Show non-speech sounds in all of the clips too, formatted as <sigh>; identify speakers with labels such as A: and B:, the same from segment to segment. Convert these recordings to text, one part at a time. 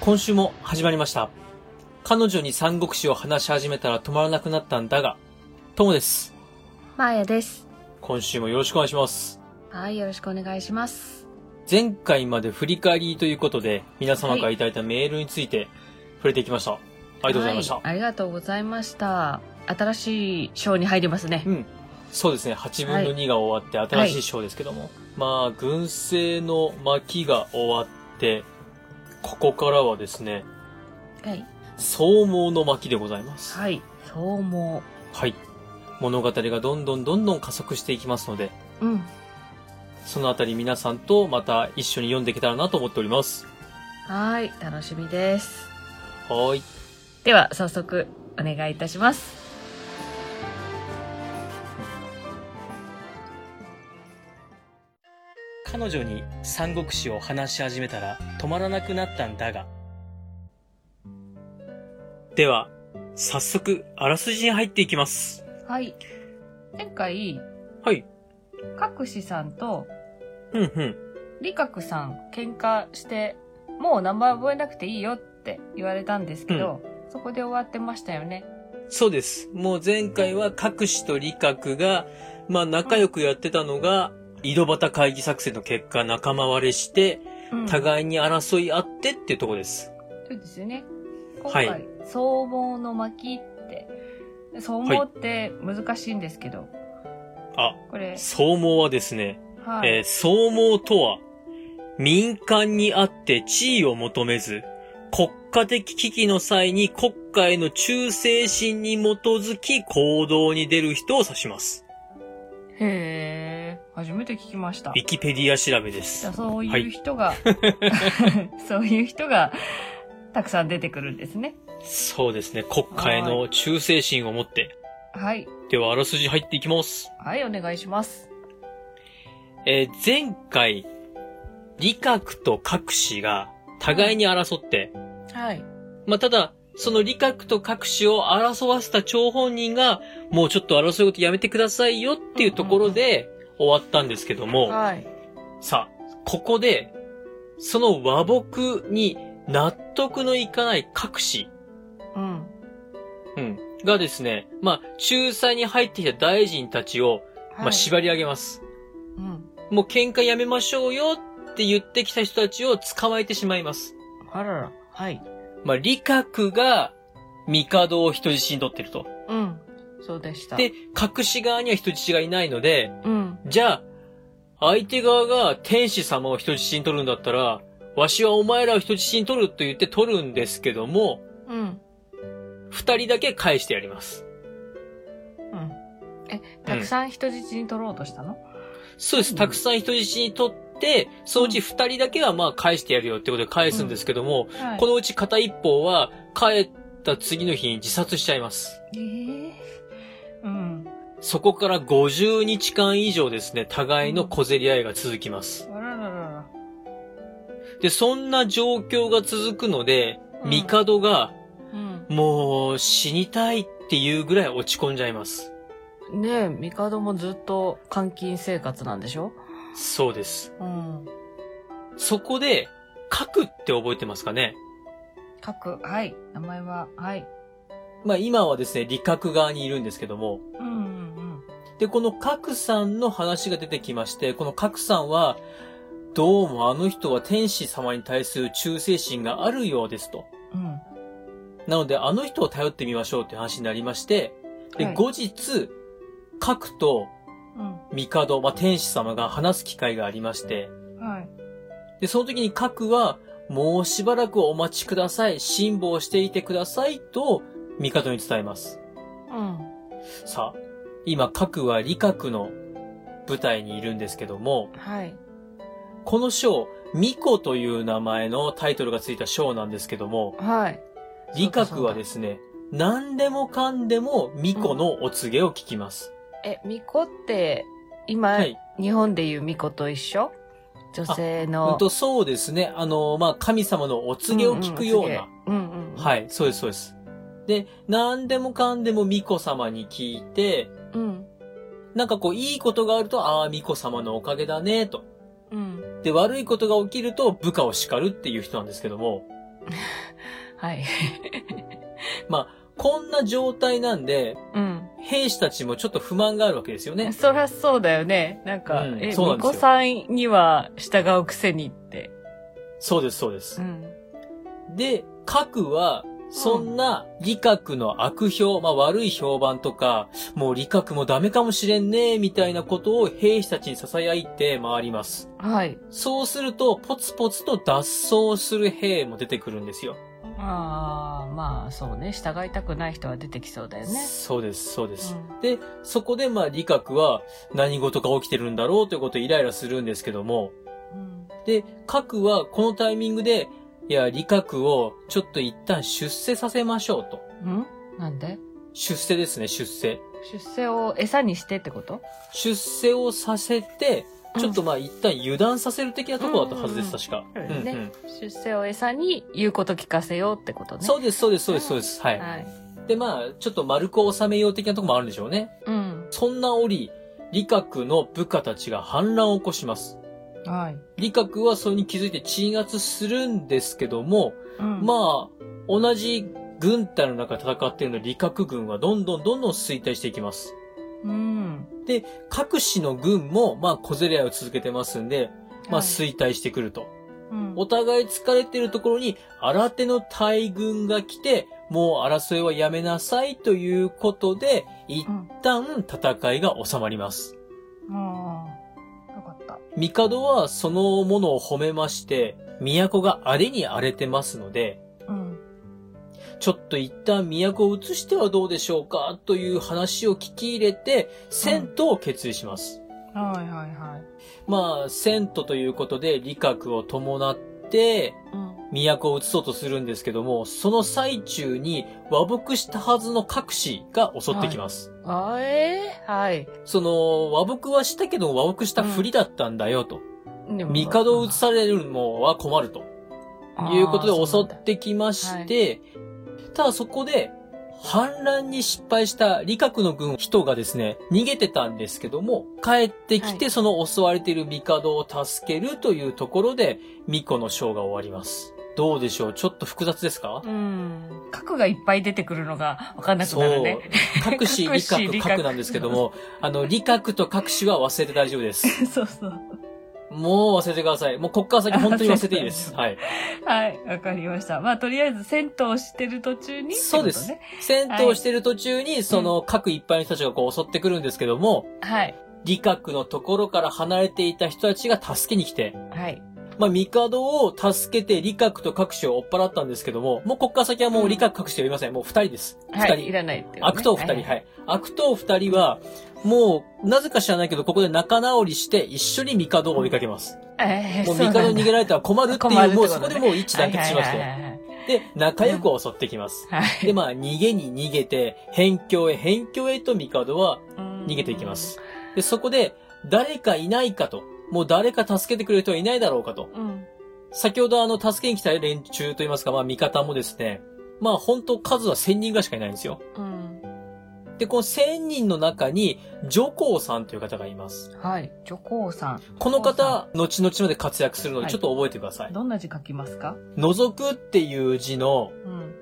A: 今週も始まりました。彼女に三国志を話し始めたら止まらなくなったんだが、ともです。
B: まーやです。
A: 今週もよろしくお願いします。
B: はい、よろしくお願いします。
A: 前回まで振り返りということで、皆様からいただいたメールについて触れていきました。あ
B: あ
A: りがとうございました。
B: ありがとうございました。新しい章に入りますね
A: う。ん。そうですね、8分の2が終わって新しい章ですけども。まあ、軍政の巻が終わって、ここからはですね、
B: はい。
A: 総毛の巻でございます。
B: はい。そう思
A: はい。物語がどんどんどんどん加速していきますので、
B: う。うん。
A: そのあたり皆さんとまた一緒に読んでいけたらなと思っております。
B: はい。楽しみです。
A: はーい。
B: では、早速、お願いいたします。
A: 彼女に三国志を話し始めたら止まらなくなったんだが。では、早速、あらすじに入っていきます。
B: はい。前回、
A: はい。
B: 各氏さんと
A: うんうん。
B: 李覚さん喧嘩して、もう名前覚えなくていいよって言われたんですけど、そこで終わってましたよね。
A: そうです。もう前回は各氏と理覚が、まあ仲良くやってたのが、井戸端会議作戦の結果仲間割れして、
B: うん
A: 互いに争い合ってっていうとこです。
B: そうですよね。今
A: はい
B: 回、総合の巻って、総合って難しいんですけど、
A: あ、
B: これ、
A: 総毛はですね、
B: はい、
A: えー、総毛とは、民間にあって地位を求めず、国家的危機の際に国家への忠誠心に基づき行動に出る人を指します。
B: へー、初めて聞きました
A: ウ。ィキペディア調べで
B: じゃ
A: す
B: あ。そう
A: はいいう
B: 人が、 <laughs> そういう人が、たくさん出てくるんですね。
A: そうですね。国家への忠誠心を持って。
B: はい。
A: では、あらすじ入っていきます。
B: はい、お願いします。
A: えー前回、理覚と各氏が互いに争って、
B: はい。
A: まあ、ただ、その理覚と各種を争わせた張本人が、もうちょっと争いことやめてくださいよっていうところで終わったんですけども、
B: はい。
A: さあ、ここで、その和睦に納得のいかない各氏、
B: うん。
A: うん、がですね、まあ、仲裁に入ってきた大臣たちを、ま
B: は
A: あ、
B: い
A: 縛り上げます。
B: うん。
A: もう喧嘩やめましょうよって言ってきた人たちを捕まえてしまいます。
B: あらら。はい。
A: まあ、理覚が、帝を人質に取ってると。
B: うん。そうでした。
A: で、隠し側には人質がいないので、
B: うん。
A: じゃあ、相手側が天使様を人質に取るんだったら、わしはお前らを人質に取ると言って取るんですけども、
B: うん。
A: 二人だけ返してやります。
B: うん。え、たくさん人質に取ろうとしたの、
A: そうです。たくさん人質に取って、そのうち二人だけはまあ返してやるよってことで返すんですけども、
B: はい
A: このうち片一方は帰った次の日に自殺しちゃいます。
B: ええうん。
A: そこから50日間以上ですね、互いの小競り合いが続きます。
B: あらららら。
A: で、そんな状況が続くので、
B: うん
A: 帝が、
B: うん。
A: もう死にたいっていうぐらい落ち込んじゃいます。
B: ねえ、ミカドもずっと監禁生活なんでしょ
A: そうです。
B: うん。
A: そこで、核って覚えてますかね
B: 各、はい。名前は、はい。
A: まあ今はですね、理覚側にいるんですけども。
B: うんうん
A: で、この核さんの話が出てきまして、この核さんは、どうもあの人は天使様に対する忠誠心があるようですと。
B: うん。うん。
A: なので、あの人を頼ってみましょうって話になりまして、で、
B: はい
A: 後日、核と
B: う
A: 帝、まあ、天使様が話す機会がありまして、
B: ん。はい。
A: で、その時に核は、もうしばらくお待ちください、辛抱していてくださいと、帝に伝えます。
B: うん。
A: さあ、今、核は理覚の舞台にいるんですけども、
B: はい。
A: この章、巫女という名前のタイトルがついた章なんですけども、
B: はい。
A: 理覚はですね、何でもかんでも巫女のお告げを聞きます。
B: え、ミコって、今、
A: はい
B: 日本でいうミコと一緒女性の。
A: うんと、そうですね、あの、まあ、神様のお告げを聞くような、
B: うんうん。うんうん、い。
A: はい、そうです、そうです。で、何でもかんでも巫女様に聞いて、
B: うん。
A: なんかこう、いいことがあると、ああ、巫女様のおかげだね、と。
B: うん。
A: で、悪いことが起きると、部下を叱るっていう人なんですけども、
B: はい。 <laughs>
A: こんな状態なんで、
B: うん。
A: 兵士たちもちょっと不満があるわけですよね。
B: そりゃそうだよね。なんか、
A: うん
B: え、
A: そうなん
B: 巫
A: ですよ
B: 女さんには従うくせにって。
A: そうです、そうです
B: う。ん。
A: で、核は、そんな、理学の悪評、まあ悪い評判とか、もう理学もダメかもしれんね、みたいなことを兵士たちに囁いて回ります。
B: はい。
A: そうすると、ポツポツと脱走する兵も出てくるんですよ。
B: ああ、まあそうね。従いたくない人は出てきそうだよね。
A: そうです、そうです。
B: うん
A: で、そこでまあ理学は何事か起きてるんだろうということでイライラするんですけども、
B: うん
A: で、核はこのタイミングで、いや、理学をちょっと一旦出世させましょうと。
B: うんなんで
A: 出世ですね、出世。
B: 出世を餌にしてってこと
A: 出世をさせて、ちょっとまあ一旦油断させる的なとこだったはずで
B: うん
A: す、確か。
B: う
A: うんん
B: ね
A: うん
B: 出世を餌に言うこと聞かせようってことね。
A: そうです、そうです、そうです、そうです。は
B: う
A: い。
B: はい。
A: で、まあ、ちょっと丸く収めよう的なとこもあるんでしょうね。
B: うん。
A: そんな折、理学の部下たちが反乱を起こします。
B: はい。
A: 理学はそれに気づいて鎮圧するんですけども、
B: うん、
A: まあ、同じ軍隊の中で戦っているので理学軍はどんどんどんどん衰退していきます。
B: うん。
A: 各市の軍も、まあ、小競り合いを続けてますんで、まあ、
B: はい
A: 衰退してくると。
B: うん
A: お互い疲れてるところに、新手の大軍が来て、もう争いはやめなさいということで、一
B: うん。
A: 旦戦いが収まります。
B: ああ。よかった。
A: 帝はそのものを褒めまして、都が荒れに荒れてますので、
B: うん。
A: ちょっと一旦都を移してはどうでしょうかという話を聞き入れて、遷都を決意します。
B: はいはいはい。
A: まあ、遷都ということで、理覚を伴って、
B: うん。
A: 都を移そうとするんですけども、その最中に和睦したはずの各氏が襲ってきます。
B: あえー、はい。
A: その、和睦はしたけど和睦したふりだったんだよと。
B: でも
A: 帝を移されるのは困るということで襲っ。てきまして、ただそこで、反乱に失敗した李覚の軍人がですね、逃げてたんですけども、帰ってき
B: は
A: てその襲われている帝を助けるというところで、巫女の章が終わります。どうでしょうちょっと複雑ですか
B: あーそうなんだうん。核がいっぱい出てくるのがわかんなくなるね。
A: そう。各種理
B: 各種
A: 学、
B: 理学
A: 核なんですけども、あの、理学と各種は忘れて大丈夫です。
B: <laughs> そうそう。
A: もう忘れてください。もうこっから先本当に忘れていいです。はい。
B: はい、わかりました。まあ、とりあえず、銭湯をしてる途中に、
A: そうです
B: ってこ
A: 戦闘してる途中に、その各一般の人たちがこう襲ってくるんですけども、
B: とね。はい。
A: 理学のところから離れていた人たちが助けに来て、
B: はい。
A: まあ、帝を助けて理学と各種を追っ払ったんですけども、もうこっから先はもう理学各種呼びません。もう二人です。二
B: は
A: 人。
B: い。いらないっていうね、
A: 悪党二人、
B: は。
A: はいい。悪党二人は、もう、なぜか知らないけど、ここで仲直りして、一緒に帝を追いかけます。
B: えー
A: もう
B: そうなんだ
A: 帝に逃げられたら困るって
B: 困
A: い
B: るって
A: う、もう
B: ことね
A: そこでもう一致団結しまし
B: はい
A: て。
B: はいはいはい
A: で、仲良く襲ってきます。
B: はい
A: で、まあ、逃げに逃げて、辺境へ、辺境へと帝は逃げていきま。す。で、そこで、誰かいないかと。もう誰か助けてくれる人はいないだろうかと。
B: うん。
A: 先ほどあの、助けに来た連中といいますか、まあ、味方もですね、まあ、本当数は1000人ぐらいしかいないんですよ。
B: うん。
A: で、この1000人の中に、女皇さんという方がいます。
B: はい。女皇さ
A: この
B: 女
A: 方、後々まで活躍するの
B: は
A: で、
B: い
A: ちょっと覚えてください。
B: ん。どんな字書きますか
A: 覗くっていう字の、
B: うん。。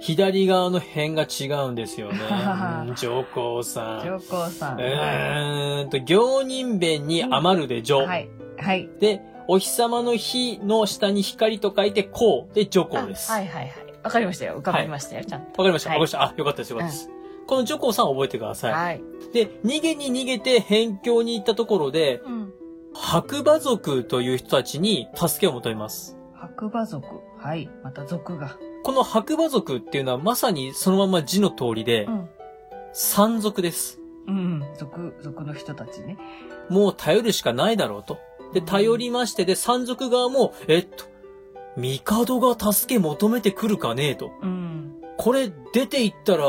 A: 左側の辺が違うんですよね
B: <laughs>
A: 女皇さん。
B: 女皇さん。
A: うーんと、行人弁に余るで女。
B: はい。はい。
A: で、お日様の日の下に光と書いて、こうで女皇です。
B: あ
A: わ、
B: はいはいはい。わかりましたよ。浮かびましたよ、ちゃんと。
A: かりました、わか
B: はい
A: りました。あ、よかったです、よかったです。この女皇さん覚えてください。
B: はい。
A: で、逃げに逃げて辺境に行ったところで、
B: うん。
A: 白馬族という人たちに助けを求めます。
B: 白馬族。はい。また族が。
A: この白馬族っていうのはまさにそのまま字の通りで
B: う、ん。
A: 山賊です。
B: うん。族、族の人たちね。
A: もう頼るしかないだろうと。で、頼りましてで、山賊側も、えっと、帝が助け求めてくるかねえと。
B: うん。
A: これ出て行ったら、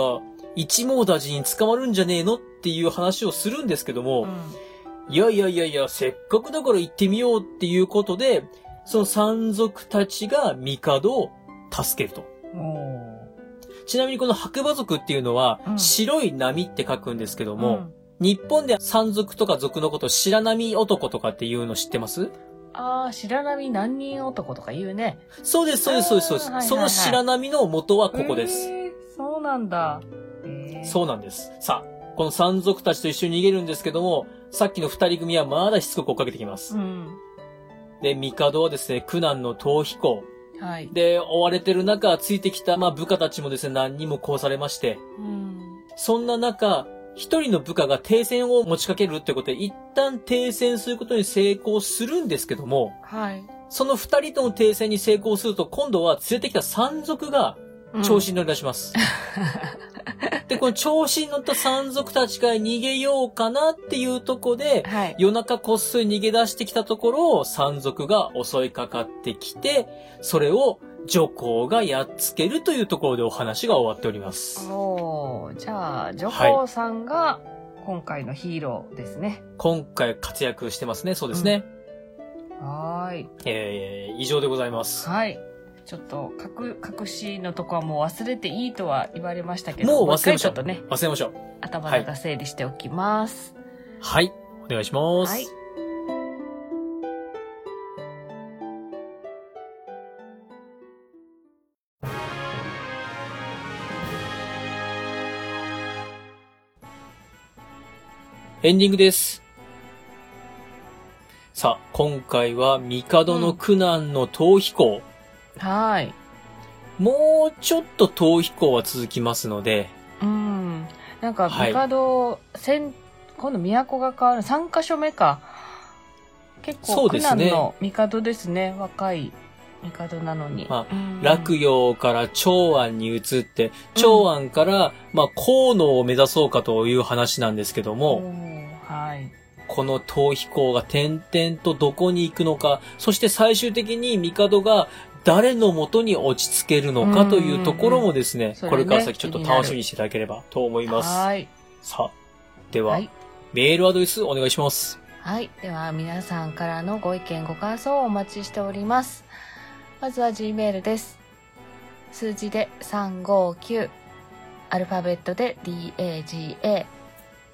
A: 一網打尽に捕まるんじゃねえのっていう話をするんですけども、
B: うん。
A: いやいやいやいや、せっかくだから行ってみようっていうことで、その山賊たちが帝を助けると。
B: お
A: ちなみにこの白馬族っていうのは
B: う、ん
A: 白い波って書くんですけど
B: ー
A: も、日本で山賊とか族のことを白波男とかっていうの知ってます
B: ああ、白波何人男とか言うね。
A: そうです、そうです、そうです、そうで
B: あーはいはいは
A: す。
B: い
A: その白波の元はここです。
B: えーそうなんだ。えー
A: そうなんです。さあ、この山賊たちと一緒に逃げるんですけども、さっきの二人組はまだしつこく追っかけてきます。
B: うん。
A: で、帝はですね、苦難の逃避行。
B: はい。
A: で、追われてる中、ついてきた、まあ、部下たちもですね、何人も殺されまして、
B: うん。
A: そんな中、一人の部下が停戦を持ちかけるってことで、一旦停戦することに成功するんですけども、
B: はい。
A: その二人との停戦に成功すると、今度は連れてきた山賊が
B: うん
A: 調子に乗り出します。で、この調子に乗った山賊たちが逃げようかなっていうとこで、
B: はい。
A: 夜中こっそり逃げ出してきたところを山賊が襲いかかってきて、それを女皇がやっつけるというところでお話が終わっております。
B: おーじゃあ、女皇さんが今回のヒーローですね。
A: 今回活躍してますね、そうですね。
B: はーい。
A: えー、以上でございます。
B: はい。ちょっと、隠、隠しのとこはもう忘れていいとは言われましたけ
A: も
B: ど、
A: う忘れまし
B: ち
A: ょ
B: ょ
A: う
B: っとね、
A: 忘れましょう。
B: 頭の中整理しておきます。
A: はい、お願いします。
B: はい
A: エンディングです。さあ、今回は帝の苦難の逃避行。
B: はーい。
A: もうちょっと逃避行は続きますので、
B: うん。なんか、
A: はい
B: 帝、せん今度都が変わる3カ所目か。結
A: そ
B: 構
A: う
B: 苦
A: です
B: 難
A: ね
B: の帝ですね。若い帝なのに。
A: ま
B: うん
A: 洛陽から長安に移って、長安から、まあ、河野を目指そうかという話なんですけど
B: お
A: も、
B: ーはい。
A: この逃避行が点々とどこに行くのか、そして最終的に帝が誰のもとに落ち着けるのかというところもですね、
B: うんうん
A: これから
B: それ
A: 先
B: ね
A: ちょっと楽しみにしていただければと思います。
B: はい。
A: さあ、では、
B: はい。
A: メールアドレスお願いします。
B: はい。では、皆さんからのご意見、ご感想をお待ちしております。まずは G メールです。数字で359、アルファベットで DAGA、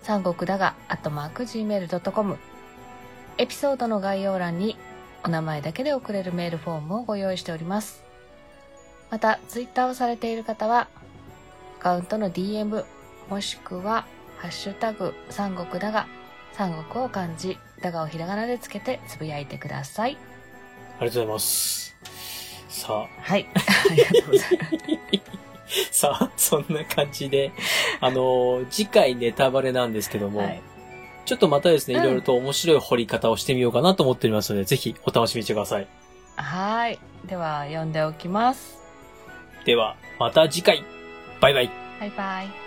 B: 三国だが、アットマーク Gmail.com。エピソードの概要欄に、お名前だけで送れるメールフォームをご用意しております。また、ツイッターをされている方は、アカウントの DM、もしくは、ハッシュタグ、三国だが、三国を漢字、だがをひらがなでつけてつぶやいてください。
A: ありがとうございます。さあ、
B: はい。 <laughs> ありがとうございます。
A: <laughs> さあ、そんな感じで、あのー次回ネタバレなんですけ
B: <laughs>
A: ども、
B: はい
A: ちょっとまたですね、
B: う
A: い
B: ん
A: ろいろと面白い掘り方をしてみようかなと思っておりますので、ぜひお楽しみにしてください。
B: はい。では、読んでおきます。
A: では、また次回バイバイ
B: バイバイ。